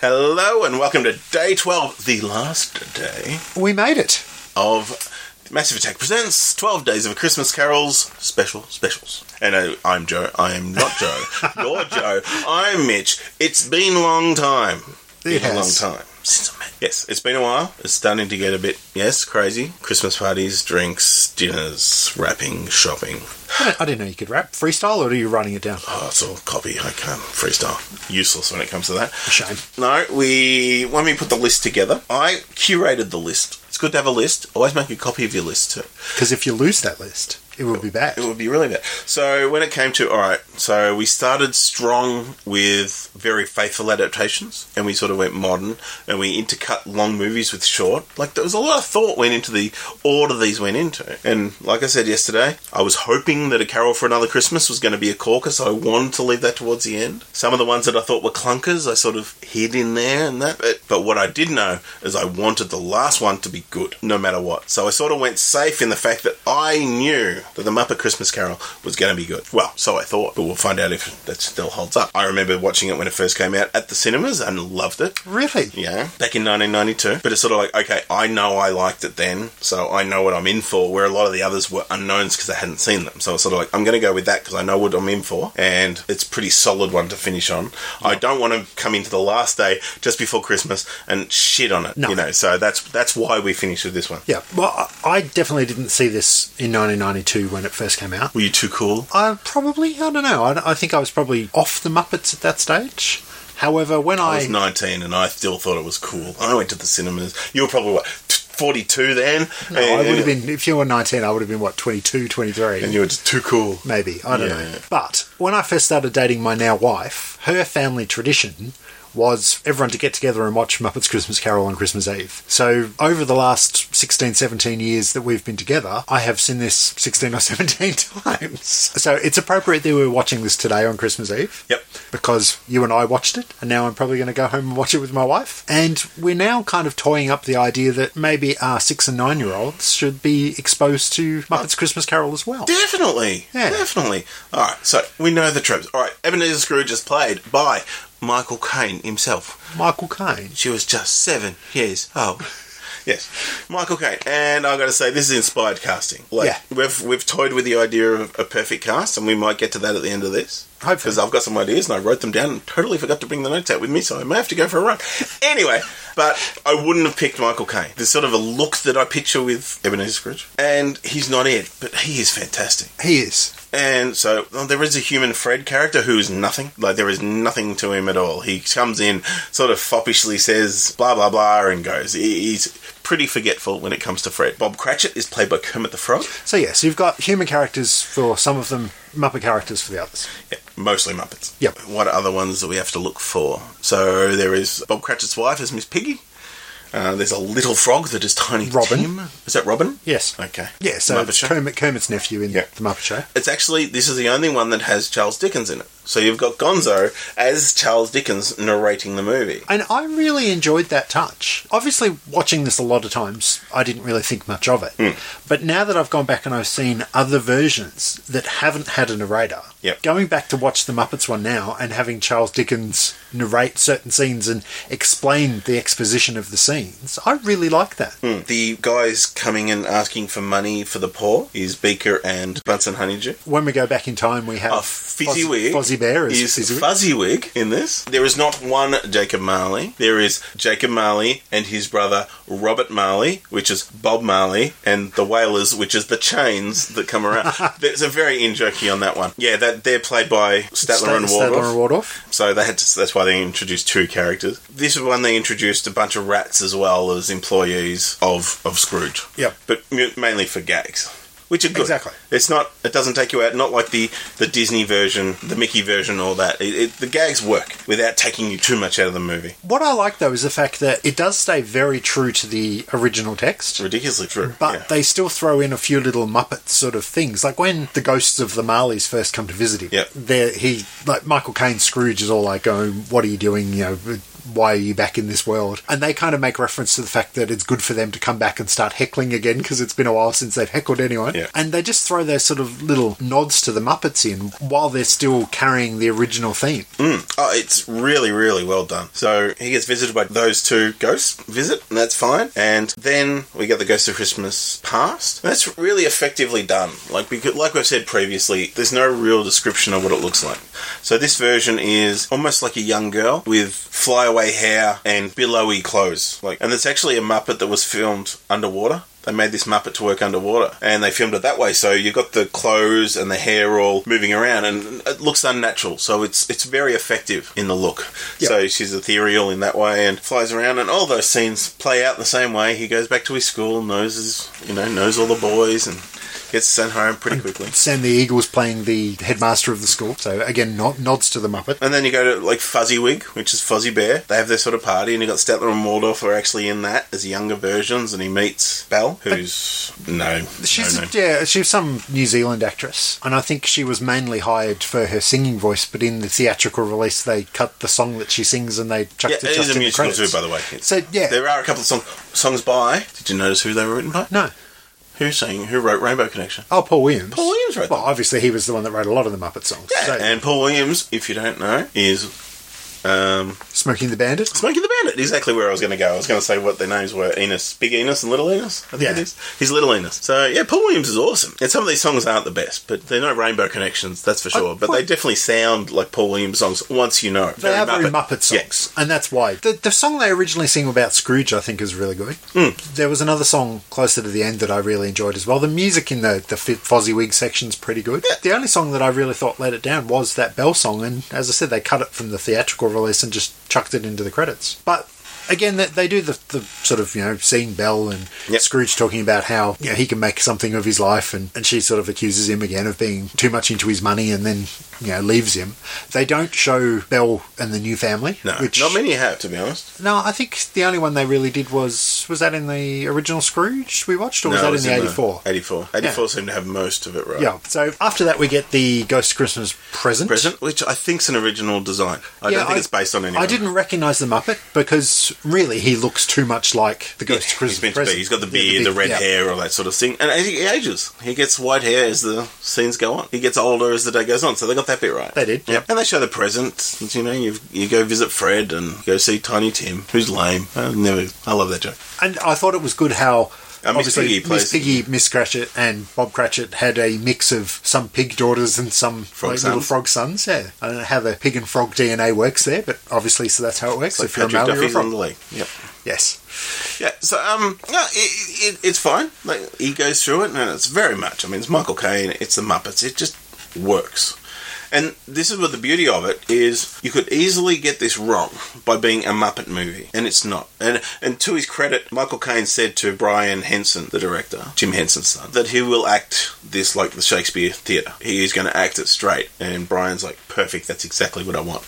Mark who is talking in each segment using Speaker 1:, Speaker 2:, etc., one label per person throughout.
Speaker 1: Hello and welcome to day 12, the last day
Speaker 2: We made it.
Speaker 1: of Massive Attack Presents 12 Days of a Christmas Carol's special specials. And I, I'm Joe. I am not Joe. You're Joe. I'm Mitch. It's been a long time.
Speaker 2: It
Speaker 1: been
Speaker 2: has.
Speaker 1: a long time. Since I met. Yes, it's been a while. It's starting to get a bit, yes, crazy. Christmas parties, drinks, dinners, wrapping, shopping.
Speaker 2: I, don't, I didn't know you could rap freestyle, or are you writing it down?
Speaker 1: Oh, it's all copy. I can't freestyle. Useless when it comes to that.
Speaker 2: Oh, Shame.
Speaker 1: No, we when we put the list together, I curated the list. It's good to have a list. Always make a copy of your list too.
Speaker 2: Because if you lose that list, it will be bad.
Speaker 1: It would be really bad. So when it came to all right, so we started strong with very faithful adaptations, and we sort of went modern, and we intercut long movies with short. Like there was a lot of thought went into the order these went into, and like I said yesterday, I was hoping that a Carol for Another Christmas was going to be a caucus. I wanted to leave that towards the end. Some of the ones that I thought were clunkers, I sort of hid in there and that. But, but what I did know is I wanted the last one to be good, no matter what. So I sort of went safe in the fact that I knew that the Muppet Christmas Carol was going to be good. Well, so I thought, but we'll find out if that still holds up. I remember watching it when it first came out at the cinemas and loved it.
Speaker 2: Really?
Speaker 1: Yeah, back in 1992. But it's sort of like, okay, I know I liked it then, so I know what I'm in for. Where a lot of the others were unknowns because I hadn't seen them. So it's sort of like, I'm going to go with that because I know what I'm in for, and it's a pretty solid one to finish on. I don't want to come into the last day just before Christmas and shit on it.
Speaker 2: No.
Speaker 1: You know, so that's that's why we finished with this one.
Speaker 2: Yeah. Well, I, I definitely didn't see this in 1992 when it first came out.
Speaker 1: Were you too cool?
Speaker 2: I probably, I don't know. I, I think I was probably off the Muppets at that stage. However, when
Speaker 1: I
Speaker 2: I,
Speaker 1: was 19 and I still thought it was cool. I went to the cinemas. You were probably what, 42 then?
Speaker 2: no, I would have been, if you were 19, I would have been, what, 22, 23?
Speaker 1: And you were just too cool.
Speaker 2: maybe I don't
Speaker 1: Yeah.
Speaker 2: know. But when I first started dating my now wife, her family tradition was everyone to get together and watch Muppets Christmas Carol on Christmas Eve. So over the last 16 17 years that we've been together, I have seen this 16 or 17 times. So it's appropriate that we're watching this today on Christmas Eve.
Speaker 1: Yep.
Speaker 2: Because you and I watched it and now I'm probably going to go home and watch it with my wife. And we're now kind of toying up the idea that maybe our 6 and 9 year olds should be exposed to Muppets Christmas Carol as well.
Speaker 1: Definitely.
Speaker 2: Yeah.
Speaker 1: Definitely. All right, so we know the tropes. All right, Ebenezer Scrooge is played by Michael Caine himself.
Speaker 2: Michael Caine.
Speaker 1: She was just seven years old. Yes, Michael Caine, and I got to say, this is inspired casting. Like,
Speaker 2: Yeah.
Speaker 1: we've we've toyed with the idea of a perfect cast, and we might get to that at the end of this.
Speaker 2: Hopefully.
Speaker 1: because I've got some ideas and I wrote them down and totally forgot to bring the notes out with me, so I may have to go for a run. Anyway, but I wouldn't have picked Michael Caine. There's sort of a look that I picture with Ebenezer Scrooge, and he's not it, but he is fantastic.
Speaker 2: He is.
Speaker 1: And so well, there is a human Fred character who is nothing. Like there is nothing to him at all. He comes in, sort of foppishly says blah blah blah, and goes. He- He's pretty forgetful when it comes to Fred. Bob Cratchit is played by Kermit the Frog.
Speaker 2: So yes, you've got human characters for some of them, Muppet characters for the others.
Speaker 1: Yeah, mostly Muppets.
Speaker 2: Yep.
Speaker 1: What other ones do we have to look for? So there is Bob Cratchit's wife is Miss Piggy. Uh, there's a little frog that is tiny.
Speaker 2: Robin.
Speaker 1: Tim. Is that Robin?
Speaker 2: Yes.
Speaker 1: Okay.
Speaker 2: Yeah, so
Speaker 1: Muppet
Speaker 2: it's
Speaker 1: Show.
Speaker 2: Kermit, Kermit's nephew in
Speaker 1: Yeah.
Speaker 2: the Muppet Show.
Speaker 1: It's actually this is the only one that has Charles Dickens in it. So you've got Gonzo as Charles Dickens narrating the movie.
Speaker 2: And I really enjoyed that touch. Obviously, watching this a lot of times, I didn't really think much of it.
Speaker 1: Hmm.
Speaker 2: But now that I've gone back and I've seen other versions that haven't had a narrator,
Speaker 1: Yep.
Speaker 2: going back to watch the Muppets one now and having Charles Dickens narrate certain scenes and explain the exposition of the scenes, I really like that.
Speaker 1: The guys coming and asking for money for the poor is Beaker and Bunsen Honeydew.
Speaker 2: When we go back in time, we have
Speaker 1: A Fizzywig
Speaker 2: Fozzie, Fozzie Bear is
Speaker 1: is
Speaker 2: Fizzywig.
Speaker 1: Fuzzywig in this. There is not one Jacob Marley. There is Jacob Marley and his brother Robert Marley, which is Bob Marley, and the Whalers, which is the chains that come around. There's a very in jokey on that one. Yeah, that they're played by Statler and
Speaker 2: Statler
Speaker 1: Waldorf.
Speaker 2: and Waldorf.
Speaker 1: So they had to, that's why they introduced two characters. This is when they introduced a bunch of rats as well as employees of, of Scrooge.
Speaker 2: Yep.
Speaker 1: But m- mainly for gags. Which are good.
Speaker 2: Exactly.
Speaker 1: It's not. It doesn't take you out. Not like the, the Disney version, the Mickey version, all that. It, it, the gags work without taking you too much out of the movie.
Speaker 2: What I like though is the fact that it does stay very true to the original
Speaker 1: It's
Speaker 2: text,
Speaker 1: ridiculously true.
Speaker 2: but
Speaker 1: yeah.
Speaker 2: they still throw in a few little Muppet sort of things. Like when the ghosts of the Marleys first come to visit him,
Speaker 1: Yep.
Speaker 2: "Oh, there he like Michael Caine Scrooge is all like going, "What are you doing? You know, why are you back in this world? And they kind of make reference to the fact that it's good for them to come back and start heckling again because it's been a while since they've heckled anyone.
Speaker 1: Yeah.
Speaker 2: And they just throw those sort of little nods to the Muppets in while they're still carrying the original theme.
Speaker 1: Oh, it's really, really well done. So he gets visited by those two ghosts, visit, and that's fine. And then we get the Ghost of Christmas Past. And that's really effectively done. Like we could, like we've said previously, there's no real description of what it looks like. So this version is almost like a young girl with flyaway hair and billowy clothes. Like, and it's actually a Muppet that was filmed underwater. They made this Muppet to work underwater, and they filmed it that way. So you got the clothes and the hair all moving around, and it looks unnatural. So it's it's very effective in the look.
Speaker 2: Yeah.
Speaker 1: So she's ethereal in that way, and flies around, and all those scenes play out the same way. He goes back to his school, knows his, you know knows all the boys, and gets sent home pretty quickly.
Speaker 2: Sam the Eagle's playing the headmaster of the school. So again, nod, nods to the Muppet.
Speaker 1: And then you go to like Fuzzywig, which is Fuzzy Bear. They have their sort of party, and you got Statler and Waldorf are actually in that as younger versions, and he meets Belle, who's no,
Speaker 2: She's
Speaker 1: Oh, no name.
Speaker 2: yeah, she's some New Zealand actress, and I think she was mainly hired for her singing voice. But in the theatrical release, they cut the song that she sings and they chucked
Speaker 1: Yeah,
Speaker 2: it
Speaker 1: it
Speaker 2: just
Speaker 1: is a
Speaker 2: in the
Speaker 1: musical
Speaker 2: credits.
Speaker 1: too, by the way. It's-
Speaker 2: So yeah,
Speaker 1: There are a couple of song, songs by. Did you notice who they were written by?
Speaker 2: no,
Speaker 1: Who sang? Who wrote Rainbow Connection?
Speaker 2: oh Paul Williams.
Speaker 1: Paul Williams wrote
Speaker 2: Well, obviously he was the one that wrote a lot of the Muppet songs.
Speaker 1: them.
Speaker 2: So,
Speaker 1: Yeah, and Paul Williams, if you don't know, is um,
Speaker 2: Smoking the Bandit.
Speaker 1: Smokey the Bandit. Exactly where I was going to go. I was going to say what their names were: Enos, Big Enos, and Little Enos. I think
Speaker 2: Yeah.
Speaker 1: it is. He's Little Enos. So yeah, Paul Williams is awesome. And some of these songs aren't the best, but they're no Rainbow Connections, that's for sure. but
Speaker 2: well-
Speaker 1: they definitely sound like Paul Williams songs once you know.
Speaker 2: They are very Muppet
Speaker 1: Yeah.
Speaker 2: songs, and that's why the the song they originally sing about Scrooge, I think, is really good. There was another song closer to the end that I really enjoyed as well. The music in the the F- Fozzywig section's pretty good. The only song that I really thought let it down was that Bell song, and as I said, they cut it from the theatrical release and just chucked it into the credits. But Again, they, they do the, the sort of, you know, seeing Bell and
Speaker 1: Yep.
Speaker 2: Scrooge talking about how, you know, he can make something of his life and, and she sort of accuses him again of being too much into his money and then, you know, leaves him. They don't show Bell and the new family.
Speaker 1: No,
Speaker 2: which,
Speaker 1: not many have, to be honest.
Speaker 2: No, I think the only one they really did was was that in the original Scrooge we watched, or was
Speaker 1: No,
Speaker 2: that
Speaker 1: it was
Speaker 2: in the eighty four?
Speaker 1: 84. 84 seemed to have most of it right.
Speaker 2: Yeah. So after that, we get the Ghost Christmas present.
Speaker 1: Present, which I think's an original design. I
Speaker 2: Yeah,
Speaker 1: don't think it's based on anyone.
Speaker 2: I didn't recognise the Muppet because really he looks too much like the Ghost Christmas
Speaker 1: He's meant to
Speaker 2: present.
Speaker 1: be. He's got the
Speaker 2: Yeah,
Speaker 1: beard, the,
Speaker 2: big-
Speaker 1: red
Speaker 2: yeah.
Speaker 1: hair, all that sort of thing. And as he ages, he gets white hair as the scenes go on. He gets older as the day goes on. So they got that bit right.
Speaker 2: They did,
Speaker 1: Yeah. And they show the present. You know, you you go visit Fred and you go see Tiny Tim, who's lame. I never. I love that joke.
Speaker 2: And I thought it was good how.
Speaker 1: And Uh, Miss
Speaker 2: obviously,
Speaker 1: Piggy
Speaker 2: Miss
Speaker 1: plays-
Speaker 2: Piggy, Miss Cratchit, and Bob Cratchit had a mix of some pig daughters and some
Speaker 1: Frog
Speaker 2: like, little
Speaker 1: sons.
Speaker 2: frog sons. Yeah, I don't know how the pig and frog DNA works there, but obviously, so that's how it
Speaker 1: It's
Speaker 2: works.
Speaker 1: like
Speaker 2: if you're a
Speaker 1: Patrick
Speaker 2: male, you're a
Speaker 1: Duffy's on
Speaker 2: frog.
Speaker 1: the league. Yep.
Speaker 2: Yes.
Speaker 1: Yeah. So um, no, it, it, it's fine. Like he goes through it, and it's very much. I mean, it's Michael Caine. It's the Muppets. It just works. And this is what the beauty of it is. You could easily get this wrong by being a Muppet movie, and it's not. And and to his credit, Michael Caine said to Brian Henson, the director, Jim Henson's son, that he will act this like the Shakespeare Theatre. He is going to act it straight. And Brian's like, perfect. That's exactly what I want.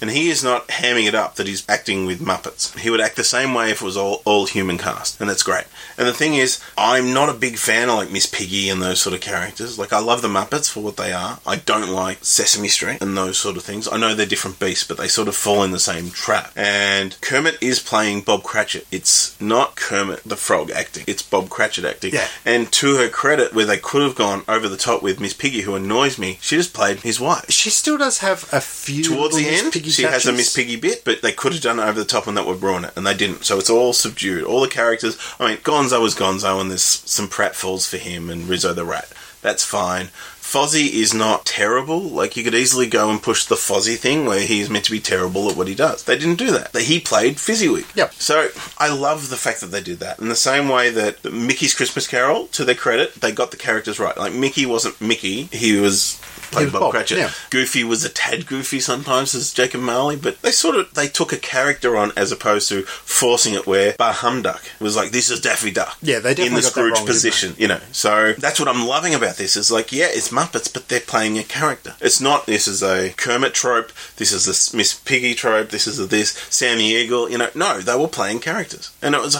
Speaker 1: And he is not hamming it up that he's acting with Muppets. He would act the same way if it was all all human cast, and that's great. And the thing is, I'm not a big fan of like Miss Piggy and those sort of characters. Like I love the Muppets for what they are. I don't like Sesame Street and those sort of things. I know they're different beasts, but they sort of fall in the same trap. And Kermit is playing Bob Cratchit. It's not Kermit the Frog acting. It's Bob Cratchit acting.
Speaker 2: Yeah.
Speaker 1: And to her credit, where they could have gone over the top with Miss Piggy, who annoys me, she just played his wife
Speaker 2: She still does have a few.
Speaker 1: towards the
Speaker 2: little Miss
Speaker 1: end,
Speaker 2: Piggy
Speaker 1: she has a
Speaker 2: touches.
Speaker 1: Miss Piggy bit, but they could have done it over the top, and that would ruin it, and they didn't. So it's all subdued. All the characters. I mean, Gonzo is Gonzo, and there's some pratfalls for him, and Rizzo the Rat. That's fine. Fozzie is not terrible. Like you could easily go and push the Fozzie thing, where he's meant to be terrible at what he does. They didn't do that. That He played Fizzywig.
Speaker 2: Yep.
Speaker 1: So I love the fact that they did that. In the same way that Mickey's Christmas Carol, to their credit, they got the characters right. Like Mickey wasn't Mickey; he was played
Speaker 2: He was
Speaker 1: Bob,
Speaker 2: Bob,
Speaker 1: Cratchit.
Speaker 2: yeah.
Speaker 1: Goofy was a tad goofy sometimes as Jacob Marley, but they sort of they took a character on as opposed to forcing it. Where Bar Humduck was like, "This is Daffy Duck."
Speaker 2: Yeah, they
Speaker 1: in the
Speaker 2: definitely got that
Speaker 1: Scrooge
Speaker 2: wrong, didn't they?
Speaker 1: position, you know. So that's what I'm loving about this. Is like, yeah, it's Muppets, but they're playing a character. It's not this is a Kermit trope. This is a Miss Piggy trope. This is a this Sammy Eagle. You know, no, they were playing characters, and it was.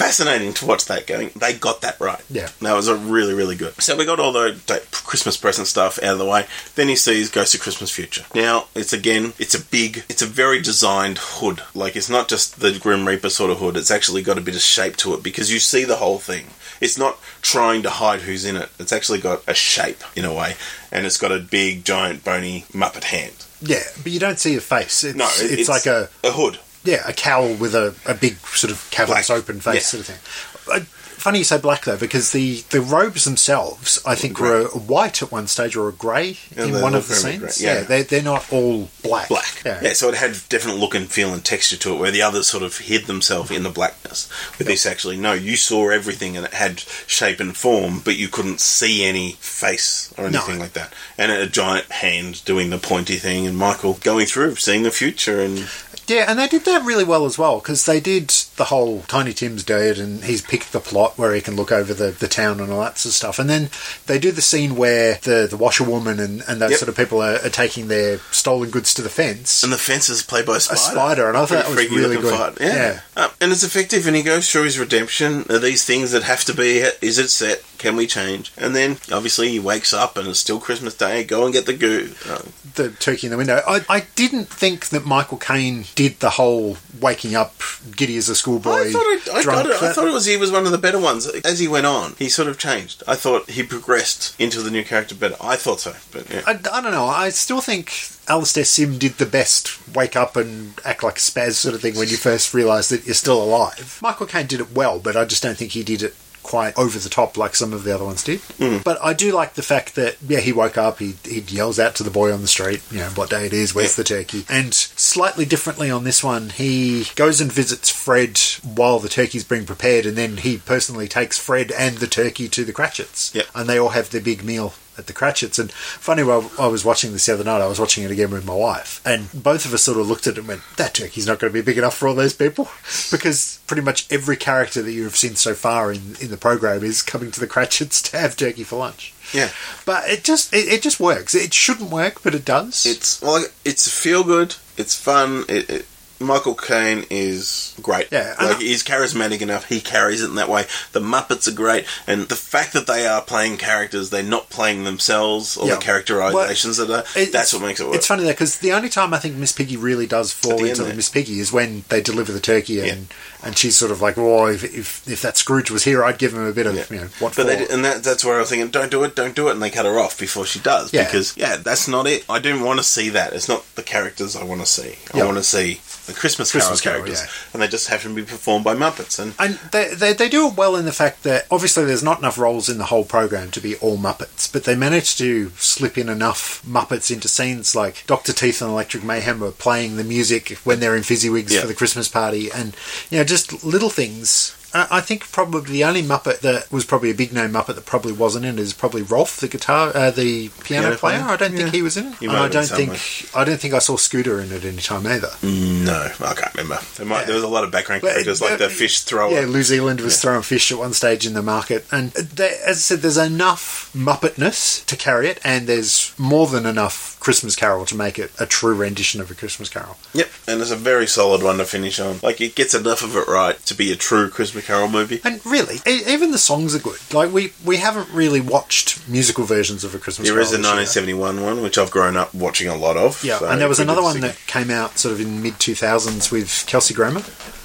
Speaker 1: fascinating to watch that going. They got that right.
Speaker 2: Yeah.
Speaker 1: That was a really, really good. So we got all the like, Christmas present stuff out of the way. Then he sees Ghost of Christmas Future. Now, it's again, it's a big, it's a very designed hood. Like, it's not just the Grim Reaper sort of hood. It's actually got a bit of shape to it because you see the whole thing. It's not trying to hide who's in it. It's actually got a shape, in a way. And it's got a big, giant, bony Muppet hand.
Speaker 2: Yeah, but you don't see a face. It's,
Speaker 1: No, it-
Speaker 2: it's, like a
Speaker 1: a hood.
Speaker 2: yeah a cowl with a, a big sort of cavernous
Speaker 1: Black.
Speaker 2: open face
Speaker 1: Yeah.
Speaker 2: sort of thing. Uh, Funny you say black though, because the, the robes themselves, I think,
Speaker 1: Grey.
Speaker 2: were white at one stage or a grey
Speaker 1: Yeah,
Speaker 2: in
Speaker 1: they
Speaker 2: one
Speaker 1: look
Speaker 2: of the
Speaker 1: very grey,
Speaker 2: scenes.
Speaker 1: yeah.
Speaker 2: Yeah, they're, they're not all black.
Speaker 1: black. Yeah.
Speaker 2: Yeah.
Speaker 1: so it had different look and feel and texture to it, where the others sort of hid themselves in the blackness. With this, actually, no, you saw everything and it had shape and form, but you couldn't see any face or
Speaker 2: No.
Speaker 1: anything like that. And a giant hand doing the pointy thing, and Michael going through, seeing the future, and
Speaker 2: Yeah, and they did that really well as well because they did the whole Tiny Tim's dead and he's picked the plot where he can look over the, the town and all that sort of stuff. And then they do the scene where the, the washerwoman and, and those
Speaker 1: Yep.
Speaker 2: sort of people are, are taking their stolen goods to the fence.
Speaker 1: and the fences played by a spider.
Speaker 2: spider, and I thought that was
Speaker 1: freaky
Speaker 2: really
Speaker 1: looking
Speaker 2: good.
Speaker 1: fight, Yeah,
Speaker 2: Yeah.
Speaker 1: Uh, and it's effective. And he goes through his redemption. Are these things that have to be? Is it set? Can we change? And then obviously he wakes up, and it's still Christmas Day. Go and get the goo. Uh,
Speaker 2: the turkey in the window. I, I didn't think that Michael Caine did the whole waking up giddy as a schoolboy.
Speaker 1: I thought, it, I,
Speaker 2: drunk.
Speaker 1: got it, I
Speaker 2: That-
Speaker 1: thought it was he was one of the better ones. As he went on, he sort of changed. I thought he progressed into the new character better. I thought so, but yeah.
Speaker 2: I, I don't know. I still think Alistair Sim did the best wake up and act like a spaz sort of thing when you first realise that you're still alive. Michael Caine did it well, but I just don't think he did it quite over the top like some of the other ones did. But I do like the fact that, yeah, he woke up, he, he yells out to the boy on the street, you know, what day it is, where's the turkey? And slightly differently on this one, he goes and visits Fred while the turkey's being prepared, and then he personally takes Fred and the turkey to the Cratchits.
Speaker 1: Yep.
Speaker 2: And they all have their big meal at the Cratchits. And funny, while I was watching this the other night, I was watching it again with my wife, and both of us sort of looked at it and went, "That turkey's not going to be big enough for all those people," because pretty much every character that you have seen so far in in the program is coming to the Cratchits to have turkey for lunch.
Speaker 1: Yeah.
Speaker 2: But it just it, it just works. It shouldn't work, but it does.
Speaker 1: It's well, it's feel good. It's fun. It, it, Michael Caine is great.
Speaker 2: Yeah, and
Speaker 1: like
Speaker 2: I-
Speaker 1: he's charismatic enough. He carries it in that way. The Muppets are great, and the fact that they are playing characters, they're not playing themselves or
Speaker 2: Yeah.
Speaker 1: the characterizations that are.
Speaker 2: It-
Speaker 1: that's
Speaker 2: it's-
Speaker 1: what makes it work.
Speaker 2: It's funny though because the only time I think Miss Piggy really does fall
Speaker 1: the end
Speaker 2: into the
Speaker 1: there.
Speaker 2: Miss Piggy is when they deliver the turkey and and she's sort of like, "Oh, if, if if that Scrooge was here, I'd give him a bit of
Speaker 1: Yeah.
Speaker 2: you know what
Speaker 1: But
Speaker 2: for."
Speaker 1: they did, and that, that's where I was thinking, don't do it, don't do it, and they cut her off before she does
Speaker 2: Yeah.
Speaker 1: because yeah, that's not it. I didn't want to see that. It's not the characters I want to see.
Speaker 2: Yeah.
Speaker 1: I want to see the Christmas,
Speaker 2: Christmas Carol,
Speaker 1: Carol characters, and they just happen to be performed by Muppets. And
Speaker 2: And they, they, they do it well in the fact that obviously there's not enough roles in the whole program to be all Muppets, but they manage to slip in enough Muppets into scenes like Dr. Teeth and Electric Mayhem are playing the music when they're in Fizzywigs
Speaker 1: Yeah.
Speaker 2: for the Christmas party, and you know, just little things. I I think probably the only Muppet that was probably a big name Muppet that probably wasn't in it is probably Rolf, the guitar, uh, the piano,
Speaker 1: Piano
Speaker 2: player.
Speaker 1: player?
Speaker 2: I don't
Speaker 1: Yeah.
Speaker 2: think he was in it,
Speaker 1: He
Speaker 2: and
Speaker 1: might
Speaker 2: I
Speaker 1: have been
Speaker 2: don't think I don't think I saw Scooter in it any time either.
Speaker 1: no, I can't remember. There, might, there was a lot of background
Speaker 2: But-
Speaker 1: characters like the fish thrower.
Speaker 2: Yeah, New Zealand was throwing fish at one stage in the market, and there, as I said, there's enough Muppetness to carry it, and there's more than enough Christmas Carol to make it a true rendition of a Christmas Carol.
Speaker 1: Yep, and it's a very solid one to finish on. Like it gets enough of it right to be a true Christmas Carol movie.
Speaker 2: And really, e- even the songs are good. Like we we haven't really watched musical versions of a Christmas
Speaker 1: There
Speaker 2: Carol.
Speaker 1: is a
Speaker 2: this year.
Speaker 1: 1971 one which I've grown up watching a lot of.
Speaker 2: Yeah,
Speaker 1: so
Speaker 2: and there was
Speaker 1: we did
Speaker 2: another one
Speaker 1: see-
Speaker 2: that came out sort of in mid 2000s with Kelsey Grammer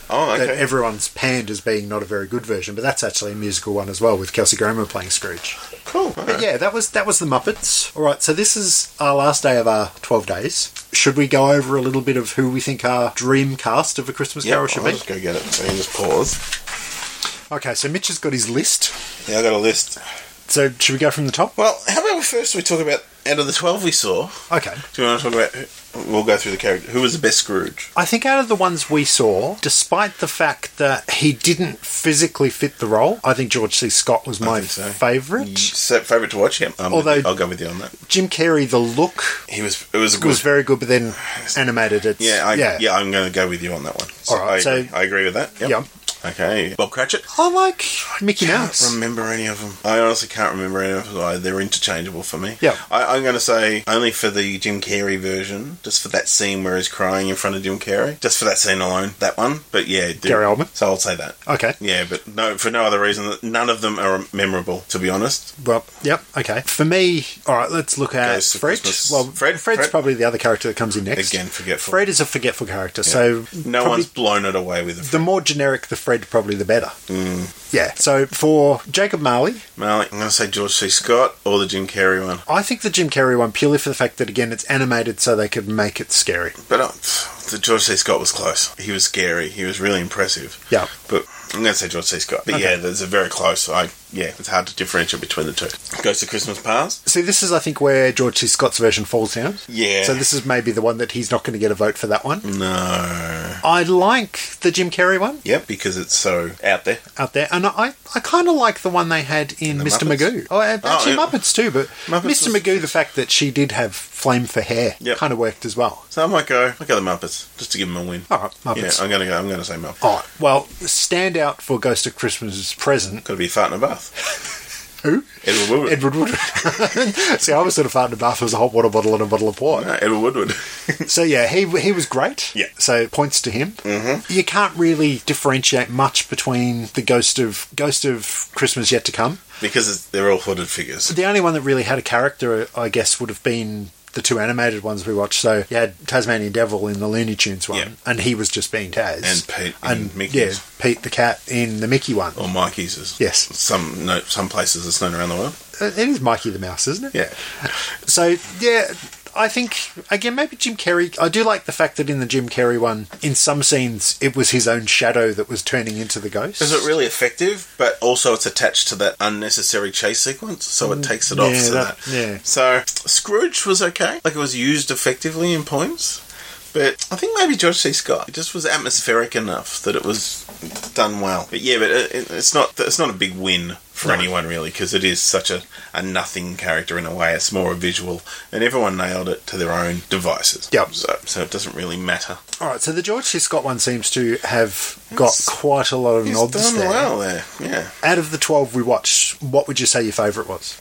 Speaker 1: oh okay
Speaker 2: that everyone's panned as being not a very good version, but that's actually a musical one as well with Kelsey Grammer playing Scrooge.
Speaker 1: cool. All right.
Speaker 2: But yeah, that was that was the Muppets. All right, so this is our last day of our twelve days. Should we go over a little bit of who we think our dream cast of a Christmas
Speaker 1: Yep,
Speaker 2: Carol should
Speaker 1: I'll
Speaker 2: be?
Speaker 1: just go get it. So you just pause.
Speaker 2: Okay, so Mitch has got his list.
Speaker 1: Yeah, I got a list.
Speaker 2: So should we go from the top?
Speaker 1: Well, how about first we talk about out of the twelve we saw?
Speaker 2: Okay,
Speaker 1: Do you want to talk about? who- We'll go through the character. Who was the best Scrooge?
Speaker 2: I think out of the ones we saw, despite the fact that he didn't physically fit the role, I think George C. Scott was my
Speaker 1: think so. Mm.
Speaker 2: favourite.
Speaker 1: So, favorite to watch? Yeah, I'm with
Speaker 2: Although-
Speaker 1: you. I'll go with you on that.
Speaker 2: Jim Carrey, the look
Speaker 1: He was. It was a good.
Speaker 2: was very good, but then animated. It's
Speaker 1: yeah, I, yeah, I'm going to go with you on that one. So
Speaker 2: All right,
Speaker 1: I,
Speaker 2: so-
Speaker 1: agree. I agree with that. Yep.
Speaker 2: Yeah.
Speaker 1: Okay. Bob Cratchit?
Speaker 2: I like Mickey Mouse.
Speaker 1: remember any of them. I honestly can't remember any of them. I- They're interchangeable for me.
Speaker 2: Yeah.
Speaker 1: I, I'm going to say only for the Jim Carrey version, just for that scene where he's crying in front of Jim Carrey, just for that scene alone, that one. But yeah, do-
Speaker 2: Gary Oldman.
Speaker 1: So I'll say that.
Speaker 2: Okay.
Speaker 1: Yeah, but no, for no other reason. None of them are memorable, to be honest.
Speaker 2: Well, yep. Okay. For me, all right. Let's look at
Speaker 1: Goes to
Speaker 2: Fred.
Speaker 1: Christmas.
Speaker 2: Well,
Speaker 1: Fred-
Speaker 2: Fred. Fred's
Speaker 1: Fred-
Speaker 2: probably the other character that comes in next.
Speaker 1: Again, forgetful.
Speaker 2: Fred is a forgetful character, so
Speaker 1: no
Speaker 2: probably
Speaker 1: one's blown it away with it.
Speaker 2: The more generic the Fred, probably the better. Yeah. So for Jacob Marley,
Speaker 1: Malik, I'm going to say George C. Scott or the Jim Carrey one.
Speaker 2: I think the Jim Carrey one purely for the fact that again it's animated, so they could make it scary.
Speaker 1: But uh, pff, the George C. Scott was close. He was scary. He was really impressive.
Speaker 2: Yeah.
Speaker 1: But I'm going to say George C. Scott. But
Speaker 2: Okay.
Speaker 1: yeah, there's a very close. I yeah, it's hard to differentiate between the two. Goes to Christmas Past.
Speaker 2: See, this is I think where George C. Scott's version falls down.
Speaker 1: Yeah.
Speaker 2: So this is maybe the one that he's not going to get a vote for that one.
Speaker 1: No.
Speaker 2: I like the Jim Carrey one
Speaker 1: Yep, because it's so out there.
Speaker 2: out there, and I, I kind of like the one they had in
Speaker 1: the
Speaker 2: Mr.
Speaker 1: Muppets?
Speaker 2: Magoo. Oh, and actually
Speaker 1: yeah.
Speaker 2: Muppets too, but
Speaker 1: Muppets
Speaker 2: Mr.
Speaker 1: was-
Speaker 2: Magoo, the fact that she did have flame for hair
Speaker 1: Yep.
Speaker 2: kind of worked as well.
Speaker 1: So I might go. I go the Muppets just to give them a win.
Speaker 2: All right,
Speaker 1: yeah,
Speaker 2: Muppets.
Speaker 1: I'm going to go. I'm going to say Muppets.
Speaker 2: All right. Well, standout for Ghost of Christmas Present
Speaker 1: Could be fart in a bath.
Speaker 2: Who?
Speaker 1: Edward Woodward.
Speaker 2: Edward Woodward. See, I was sort of farting a bath. It was a hot water bottle and a bottle of wine.
Speaker 1: No, Edward Woodward.
Speaker 2: So yeah, he he was great.
Speaker 1: Yeah.
Speaker 2: So points to him. Mm-hmm. You can't really differentiate much between the ghost of ghost of Christmas yet to come.
Speaker 1: because it's, they're all hooded figures.
Speaker 2: The only one that really had a character, I guess, would have been the two animated ones we watched. So you had Tasmanian Devil in the Looney Tunes one,
Speaker 1: Yeah.
Speaker 2: and he was just being Taz.
Speaker 1: And Pete in
Speaker 2: and yeah,
Speaker 1: Mickey's.
Speaker 2: Pete the cat in the Mickey one.
Speaker 1: Or Mikey's is.
Speaker 2: Yes.
Speaker 1: Some no, some places it's known around the world.
Speaker 2: Uh, It is Mikey the Mouse, isn't it?
Speaker 1: Yeah.
Speaker 2: So yeah, I think again maybe Jim Carrey. I do like the fact that in the Jim Carrey one, in some scenes, it was his own shadow that was turning into the ghost.
Speaker 1: Is it really effective? But also, it's attached to that unnecessary chase sequence, so it takes it off.
Speaker 2: Mm, yeah,
Speaker 1: So that,
Speaker 2: that- yeah.
Speaker 1: So Scrooge was okay. Like it was used effectively in points, but I think maybe George C. Scott it just was atmospheric enough that it was done well. But yeah, but it, it- it's not it's not a big win for anyone really because it is such a, a nothing character in a way. It's more a visual, and everyone nailed it to their own devices.
Speaker 2: Yep.
Speaker 1: So, so it doesn't really matter.
Speaker 2: All right, so the George C. Scott one seems to have got
Speaker 1: It's-
Speaker 2: quite a lot of
Speaker 1: He's
Speaker 2: nods
Speaker 1: done
Speaker 2: there.
Speaker 1: well there. Yeah.
Speaker 2: Out of the twelve we watched, what would you say your favourite was?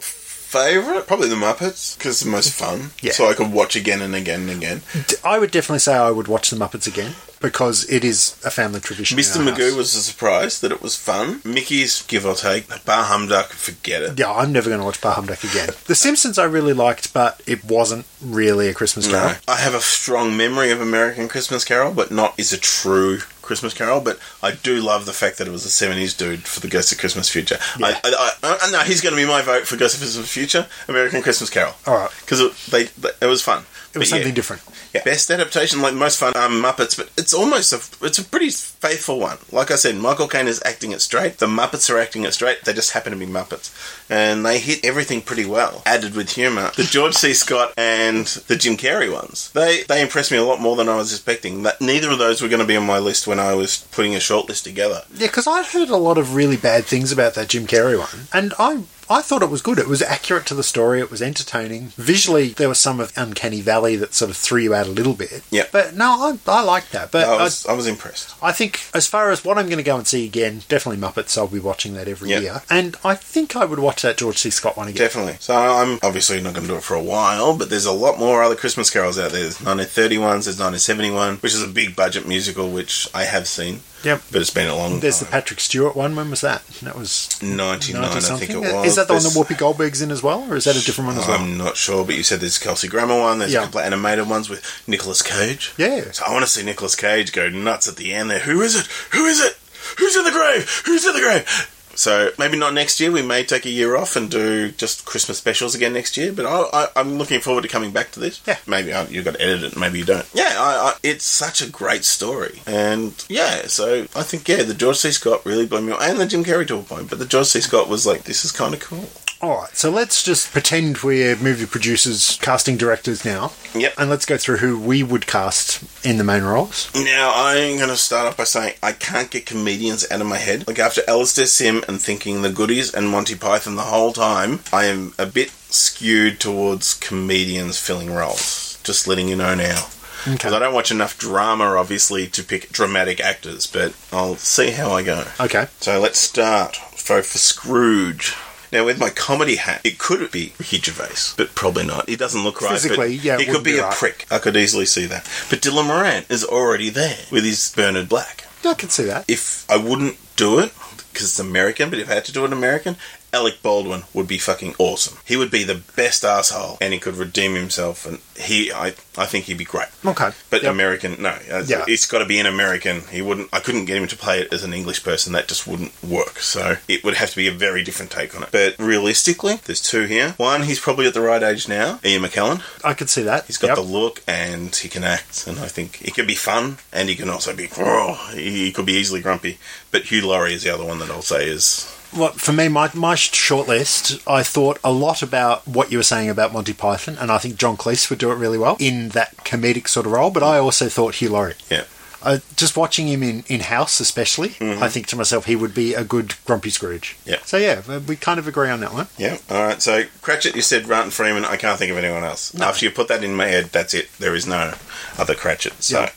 Speaker 1: favorite probably the muppets because it's the most fun
Speaker 2: Yeah.
Speaker 1: so i could watch again and again and again
Speaker 2: D- I would definitely say I would watch the Muppets again because it is a family tradition. in
Speaker 1: mr
Speaker 2: our
Speaker 1: magoo
Speaker 2: house.
Speaker 1: was a surprise that it was fun mickey's give or take bar humduck forget it
Speaker 2: Yeah, I'm never going to watch Barhamduck again. The Simpsons I really liked, but it wasn't really a Christmas Carol.
Speaker 1: no. i have a strong memory of american christmas carol but not is a true christmas carol but i do love the fact that it was a 70s dude for the ghost of christmas future I,
Speaker 2: Yeah.
Speaker 1: I, I, I, no he's going to be my vote for ghost of christmas future american christmas carol
Speaker 2: All right,
Speaker 1: because it, they, they, it was fun
Speaker 2: it was
Speaker 1: But yeah.
Speaker 2: something different.
Speaker 1: Yeah. Best adaptation, like most fun, um, Muppets, but it's almost a it's a pretty faithful one. Like I said, Michael Caine is acting it straight. The Muppets are acting it straight. They just happen to be Muppets, and they hit everything pretty well. Added with humour, the George C. Scott and the Jim Carrey ones, they they impressed me a lot more than I was expecting. That neither of those were going to be on my list when I was putting a short list together.
Speaker 2: Yeah, because I'd heard a lot of really bad things about that Jim Carrey one, and I I thought it was good. It was accurate to the story. It was entertaining. Visually, there was some of Uncanny Valley that sort of threw you out a little bit.
Speaker 1: Yeah.
Speaker 2: but no, I I like that. But
Speaker 1: I
Speaker 2: I,
Speaker 1: was I was impressed.
Speaker 2: I think as far as what I'm going to go and see again, definitely Muppets. I'll be watching that every
Speaker 1: Yeah.
Speaker 2: year, and I think I would watch that George C. Scott one again.
Speaker 1: Definitely. So I'm obviously not going to do it for a while, but there's a lot more other Christmas carols out there. There's 1931s, there's 1971, which is a big budget musical, which I have seen,
Speaker 2: Yep.
Speaker 1: but it's been a long
Speaker 2: There's the
Speaker 1: time.
Speaker 2: Patrick Stewart one. When was that? That was
Speaker 1: 99,
Speaker 2: 90
Speaker 1: I think
Speaker 2: something.
Speaker 1: it was.
Speaker 2: Is that the
Speaker 1: There's- Um,
Speaker 2: one that Whoopi Goldberg's in as well, or is that a different one as well?
Speaker 1: I'm not sure, but you said there's Kelsey Grammer one. There's a
Speaker 2: Yeah.
Speaker 1: couple of animated ones with Nicolas Cage.
Speaker 2: Yeah.
Speaker 1: So I want to see Nicolas Cage go nuts at the end there. Who is it? Who is it? Who's in the grave? Who's in the grave? So maybe not next year. We may take a year off and do just Christmas specials again next year. But I, I, I'm looking forward to coming back to this.
Speaker 2: Yeah.
Speaker 1: Maybe I, you've got to edit it. Maybe you don't. Yeah. I, I, it's such a great story. And yeah. So I think yeah, the George C. Scott really blew me away, and the Jim Carrey to a point. But the George C. Scott was like, this is kind of cool.
Speaker 2: All right, so let's just pretend we're movie producers, casting directors now,
Speaker 1: Yep.
Speaker 2: and let's go through who we would cast in the main roles.
Speaker 1: Now, I'm going to start off by saying I can't get comedians out of my head. Like, after Alistair Sim and Thinking the Goodies and Monty Python the whole time, I am a bit skewed towards comedians filling roles. Just letting you know now. because I don't watch enough drama, obviously, to pick dramatic actors. But I'll see how I go.
Speaker 2: Okay.
Speaker 1: So let's start for, for Scrooge. Now, with my comedy hat, it could be Ricky Gervais, but probably not. He doesn't look right. but
Speaker 2: Physically, yeah, it
Speaker 1: He could
Speaker 2: wouldn't
Speaker 1: be,
Speaker 2: be
Speaker 1: a
Speaker 2: right.
Speaker 1: prick. I could easily see that. But Dylan Moran is already there with his Bernard Black.
Speaker 2: I can see that.
Speaker 1: If I wouldn't do it, because it's American, but if I had to do it American, Alec Baldwin would be fucking awesome. He would be the best asshole, and he could redeem himself, and he, I, I think he'd be great.
Speaker 2: Okay.
Speaker 1: But
Speaker 2: Yep.
Speaker 1: American, no, uh,
Speaker 2: Yeah.
Speaker 1: it's got to be an American. He wouldn't. I couldn't get him to play it as an English person. That just wouldn't work. So it would have to be a very different take on it. But realistically, there's two here. One, he's probably at the right age now. Ian McKellen.
Speaker 2: I can see that.
Speaker 1: He's got
Speaker 2: Yep.
Speaker 1: the look and he can act, and I think he could be fun, and he can also be. Oh, he he could be easily grumpy. But Hugh Laurie is the other one that I'll say is
Speaker 2: Well, for me, my, my sh- short list, I thought a lot about what you were saying about Monty Python, and I think John Cleese would do it really well in that comedic sort of role, but I also thought Hugh Laurie.
Speaker 1: Yeah. Mm-hmm.
Speaker 2: Uh, just watching him in, in House, especially, I think to myself, he would be a good Grumpy Scrooge.
Speaker 1: Yeah.
Speaker 2: So, yeah, uh, we kind of agree on that one.
Speaker 1: Yeah. All right. So Cratchit, you said Martin Freeman. I can't think of anyone else. After you put that in my head, that's it. There is no other Cratchit. So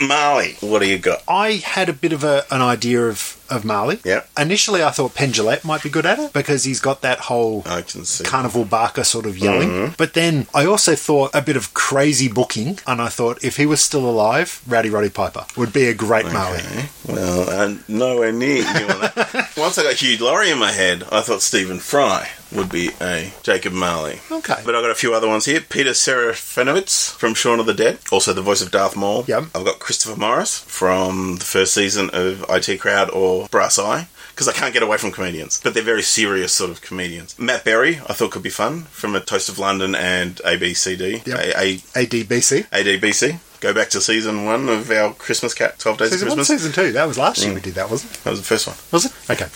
Speaker 1: Marley, what do you got?
Speaker 2: I had a bit of a, an idea of, of Marley.
Speaker 1: Yeah.
Speaker 2: Initially, I thought Pendulette might be good at it because he's got that whole
Speaker 1: I can see.
Speaker 2: carnival barker sort of yelling.
Speaker 1: Mm-hmm.
Speaker 2: But then I also thought a bit of crazy booking, and I thought if he was still alive, Rowdy Roddy Piper would be a great Marley.
Speaker 1: Okay. Well, I'm nowhere near you on that. Once I got Hugh Laurie in my head, I thought Stephen Fry would be a Jacob Marley.
Speaker 2: Okay.
Speaker 1: But I've got a few other ones here. Peter Serafinowicz from Shaun of the Dead, also the voice of Darth Maul.
Speaker 2: Yep.
Speaker 1: I've got Christopher Morris from the first season of IT Crowd or Brass Eye, because I can't get away from comedians, but they're very serious sort of comedians. Matt Berry, I thought could be fun from A Toast of London and ABCD.
Speaker 2: Yep.
Speaker 1: A- A-
Speaker 2: ADBC.
Speaker 1: ADBC. Go back to season one of our Christmas Cat, 12 Days
Speaker 2: Season
Speaker 1: of
Speaker 2: one,
Speaker 1: Christmas. Mm.
Speaker 2: season two. That was last year we did that, wasn't it?
Speaker 1: That was the first one.
Speaker 2: Was it? Okay.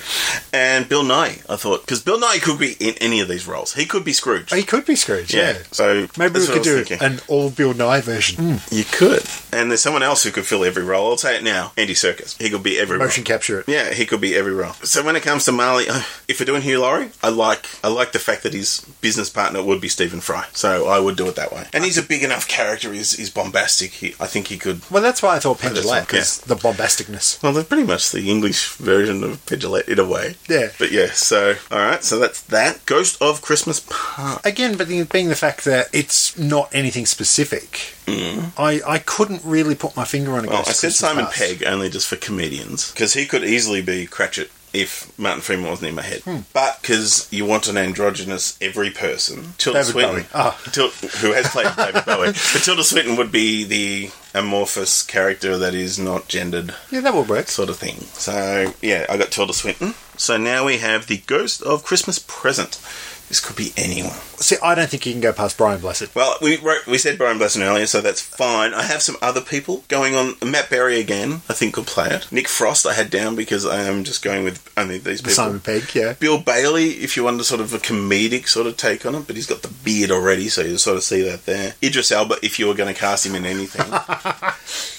Speaker 1: And Bill Nye, I thought, because Bill Nye could be in any of these roles. He could be Scrooge.
Speaker 2: He could be Scrooge, Oh, yeah.
Speaker 1: So
Speaker 2: Maybe
Speaker 1: that's what I
Speaker 2: we could
Speaker 1: was
Speaker 2: do
Speaker 1: thinking. Mm.
Speaker 2: an all Bill Nye version.
Speaker 1: You could. And there's someone else who could fill every role. I'll say it now. Andy Circus. He could be every
Speaker 2: Motion
Speaker 1: role.
Speaker 2: capture it.
Speaker 1: Yeah, he could be every role. So when it comes to Marley, uh, if we're doing Hugh Laurie, I like I like the fact that his business partner would be Stephen Fry. So I would do it that way. And he's a big enough character. He's, he's bombastic. He, I think he could.
Speaker 2: Well, that's why I thought
Speaker 1: that's okay.
Speaker 2: Pendulette, because the bombasticness.
Speaker 1: Well, they're pretty much the English version of Pidgelet in a way.
Speaker 2: Yeah.
Speaker 1: But yeah, so all right, so that's that. Ghost of Christmas Park.
Speaker 2: Again, but the, being the fact that it's not anything specific, I, I couldn't really put my finger on a
Speaker 1: Mm. Well, I
Speaker 2: Ghost of
Speaker 1: said
Speaker 2: Christmas
Speaker 1: Simon
Speaker 2: Past.
Speaker 1: Pegg only just for comedians because he could easily be Cratchit if Martin Freeman wasn't in my head.
Speaker 2: Hmm.
Speaker 1: But because you want an androgynous every person, Tilda
Speaker 2: David
Speaker 1: Swinton,
Speaker 2: Bowie. Ah.
Speaker 1: Til- who has played David Bowie, but Tilda Swinton would be the amorphous character that is not gendered,
Speaker 2: Yeah, that would work.
Speaker 1: sort of thing. So yeah, I got Tilda Swinton. Hmm? So now we have the Ghost of Christmas Present. This could be anyone.
Speaker 2: See, I don't think you can go past Brian Blessed.
Speaker 1: Well, we wrote, we said Brian Blessing earlier, so that's fine. I have some other people going on. Matt Berry again, I think could play it. Nick Frost, I had down because I am just going with only these people.
Speaker 2: Simon Pegg, yeah.
Speaker 1: Bill Bailey, if you wanted sort of a comedic sort of take on it, but he's got the beard already, so you sort of see that there. Idris Elba, if you were going to cast him in anything,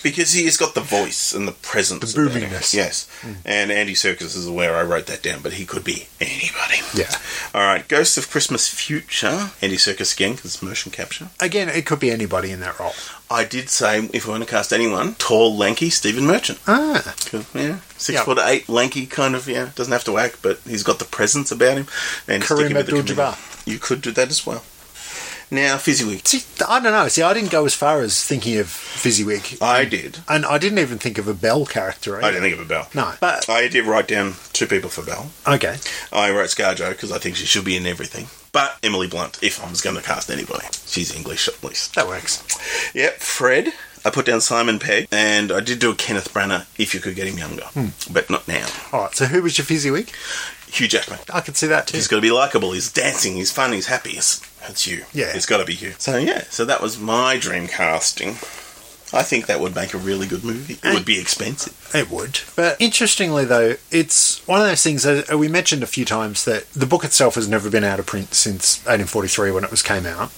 Speaker 1: because he has got the voice and the presence,
Speaker 2: The
Speaker 1: about him.
Speaker 2: boominess. Mm.
Speaker 1: Yes, and Andy Circus is where I wrote that down, but he could be anybody.
Speaker 2: Yeah.
Speaker 1: All right, Ghost of Christmas Future, Andy Circus again because it's motion capture.
Speaker 2: Again, it could be anybody in that role.
Speaker 1: I did say if we want to cast anyone, tall, lanky Stephen Merchant.
Speaker 2: Ah,
Speaker 1: Yeah, six
Speaker 2: Yeah.
Speaker 1: foot eight, lanky, kind of. Yeah, doesn't have to act, but he's got the presence about him. And stick
Speaker 2: Kareem
Speaker 1: him with the
Speaker 2: Abdul-Jabbar.
Speaker 1: comedian. You could do that as well. Now, Fizzywig.
Speaker 2: see, I don't know. See, I didn't go as far as thinking of Fizzywig,
Speaker 1: I did.
Speaker 2: and I didn't even think of a Bell character.
Speaker 1: I didn't think of a Bell.
Speaker 2: No, but
Speaker 1: I did write down two people for Bell.
Speaker 2: okay,
Speaker 1: I wrote ScarJo because I think she should be in everything. But Emily Blunt, if I was going to cast anybody, she's English at least.
Speaker 2: that works.
Speaker 1: Yep, Fred. I put down Simon Pegg, and I did do a Kenneth Branagh if you could get him younger, but not now.
Speaker 2: All right. So, who was your Fizzywig?
Speaker 1: Hugh Jackman.
Speaker 2: I could see that too.
Speaker 1: He's got to be likable. He's dancing. He's fun. He's happy. It's, it's you.
Speaker 2: Yeah.
Speaker 1: It's got to be you. So yeah. So that was my dream casting. I think that would make a really good movie. It would be expensive.
Speaker 2: It would. But interestingly, though, it's one of those things that uh, we mentioned a few times that the book itself has never been out of print since 1843 when it was came out.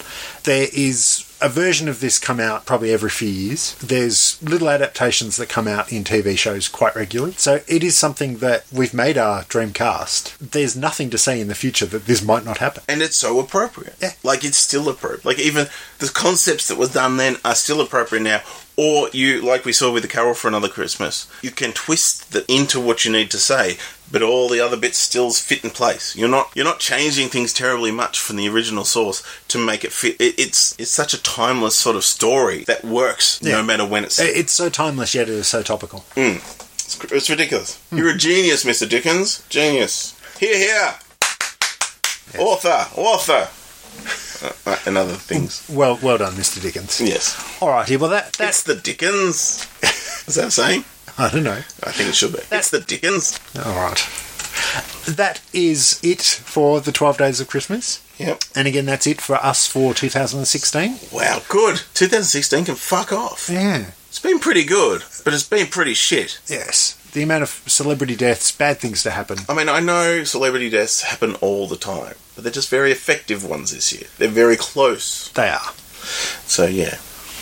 Speaker 2: There is a version of this come out probably every few years. There's little adaptations that come out in TV shows quite regularly. So it is something that we've made our Dreamcast. There's nothing to say in the future that this might not happen.
Speaker 1: And it's so appropriate.
Speaker 2: Yeah.
Speaker 1: Like it's still appropriate. Like even the concepts that was done then are still appropriate now. Or you, like we saw with the Carol for Another Christmas, you can twist that into what you need to say, but all the other bits still fit in place. You're not you're not changing things terribly much from the original source to make it fit. It, it's it's such a timeless sort of story that works
Speaker 2: Yeah.
Speaker 1: no matter when it's.
Speaker 2: I- It's so timeless yet it is so topical.
Speaker 1: It's, cr- it's ridiculous. You're a genius, Mr. Dickens. Genius. Here, here. Author, author. Uh, uh, and other things.
Speaker 2: Well, well done, Mr. Dickens.
Speaker 1: Yes.
Speaker 2: All righty. Well, that
Speaker 1: That's
Speaker 2: that's
Speaker 1: the Dickens. Is that a saying?
Speaker 2: I don't know.
Speaker 1: I think it should be. That's the Dickens.
Speaker 2: All right. That is it for the 12 Days of Christmas.
Speaker 1: Yep.
Speaker 2: And again, that's it for us for 2016.
Speaker 1: Wow, good. 2016 can fuck off.
Speaker 2: Yeah.
Speaker 1: It's been pretty good, but it's been pretty shit.
Speaker 2: Yes. The amount of celebrity deaths, bad things to happen.
Speaker 1: I mean, I know celebrity deaths happen all the time, but they're just very effective ones this year. They're very close.
Speaker 2: They are.
Speaker 1: So, yeah.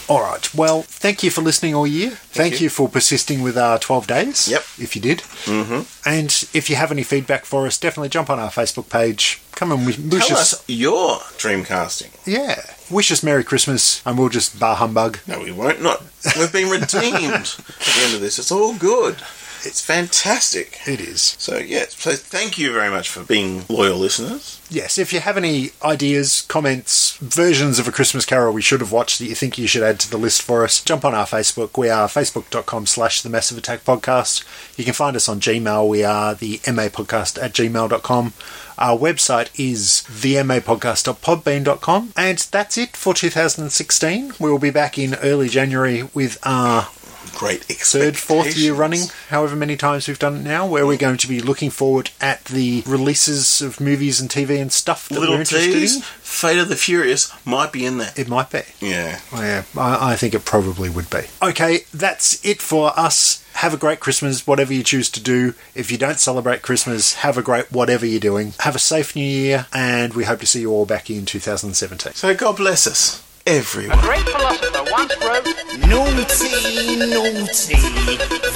Speaker 2: All right. Well, thank you for listening all year. Thank
Speaker 1: you.
Speaker 2: you. for persisting with our 12 days.
Speaker 1: Yep.
Speaker 2: If you did. Mm-hmm. And if you have any feedback for us, definitely jump on our Facebook page. Come and wish
Speaker 1: Tell
Speaker 2: us.
Speaker 1: us your dreamcasting.
Speaker 2: Yeah. Wish us Merry Christmas and we'll just bar humbug.
Speaker 1: No, we won't. Not. We've been redeemed at the end of this. It's all good. It's fantastic.
Speaker 2: It is.
Speaker 1: So yeah. So thank you very much for being loyal listeners.
Speaker 2: Yes. If you have any ideas, comments, versions of A Christmas Carol we should have watched that you think you should add to the list for us, jump on our Facebook. We are facebook.com slash the Massive Attack Podcast. You can find us on Gmail. We are the MA Podcast at gmail.com. Our website is themapodcast.podbean.com. And that's it for 2016. We will be back in early January with our
Speaker 1: Great.
Speaker 2: third, fourth year
Speaker 1: expectations. Mm.
Speaker 2: running, however many times we've done it now, where we're going to be looking forward at the releases of movies and TV and stuff that we're
Speaker 1: Little
Speaker 2: interested
Speaker 1: tease.
Speaker 2: in.
Speaker 1: Fate of the Furious might be in there.
Speaker 2: It might be.
Speaker 1: Yeah.
Speaker 2: Yeah, I, I think it probably would be. Okay, that's it for us. Have a great Christmas, whatever you choose to do. If you don't celebrate Christmas, have a great whatever you're doing. Have a safe new year, and we hope to see you all back in 2017.
Speaker 1: So God bless us, everyone.
Speaker 3: A great philosopher once wrote,
Speaker 4: Naughty, naughty,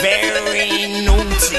Speaker 4: very naughty.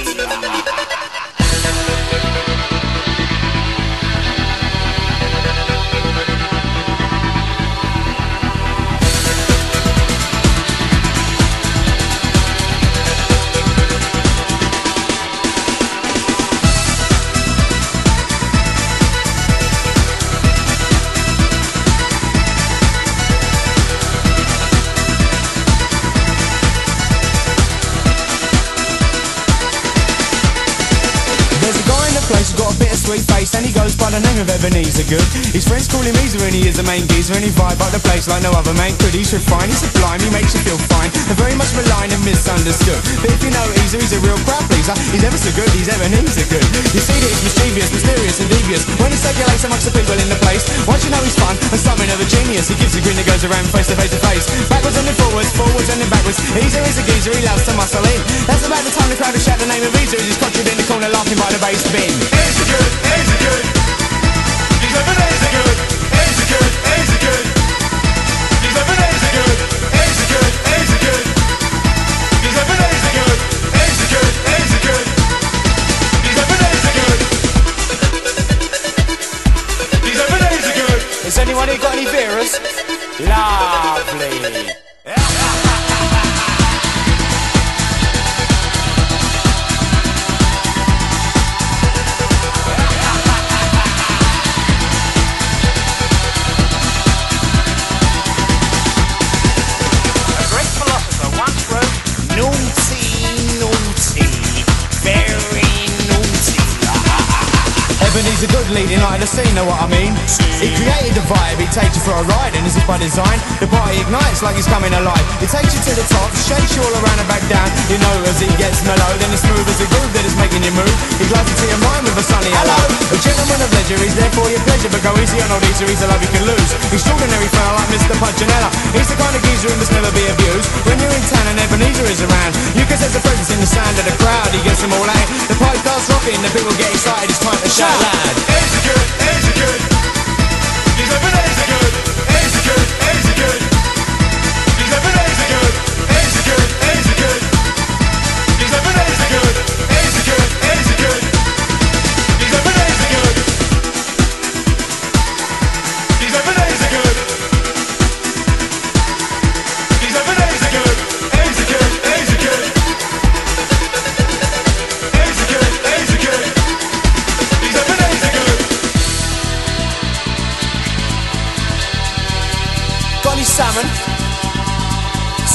Speaker 5: There's a guy in the place who's got a bit of sweet face And he goes by the name of Ebenezer Good His friends call him Easer and he is the main geezer And he vibe up the place like no other man could He's refined, he's sublime, he makes you feel fine And very much maligned and misunderstood But if you know Easer, he's a real crowd pleaser He's ever so good, he's Ebenezer Good You see that he's mischievous, mysterious and devious When he circulates amongst the people in the place Once you know he's fun and something of a genius He gives a grin that goes around face to face to face Backwards and then forwards, forwards and then backwards Easer is a geezer, he loves to muscle in That's about the time the crowd will shout the name of Easer As he's crotcheted in the corner laughing by the bass bin
Speaker 6: He's a good, he's a good. He's a good, he's a good. He's a good, he's a good. He's a good, he's a good. He's a good, he's a good. He's a good, he's a good. He's a good, he's a good. He's a good, he's a good. He's a good, he's a good.
Speaker 5: Has anyone here got any virus? Lovely
Speaker 3: a great philosopher once wrote,
Speaker 4: Naughty, naughty, very naughty.
Speaker 5: Ebenezer Good leading light of the scene, know what I mean? He created the vibe, he takes you for a ride, and this is by design. The party ignites like it's coming alive. It takes you to the top, shakes you all around and back down. You know as it gets mellow, then it's smooth as a groove that is making you move. He glides into your mind with a sunny hello. A gentleman of leisure, he's there for your pleasure, but go easy on all these, he's a love you can lose. Extraordinary fella like Mr. Punchinella. He's the kind of geezer who must never be abused. When you're in town and Ebenezer is around, you can sense the presence in the sound of the crowd. He gets them all out. The party starts rocking, the people get excited, it's time to shout loud.
Speaker 6: He's a good, he's a good. He's a good, he's a good. He's a good, he's a good.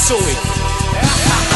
Speaker 5: Soy.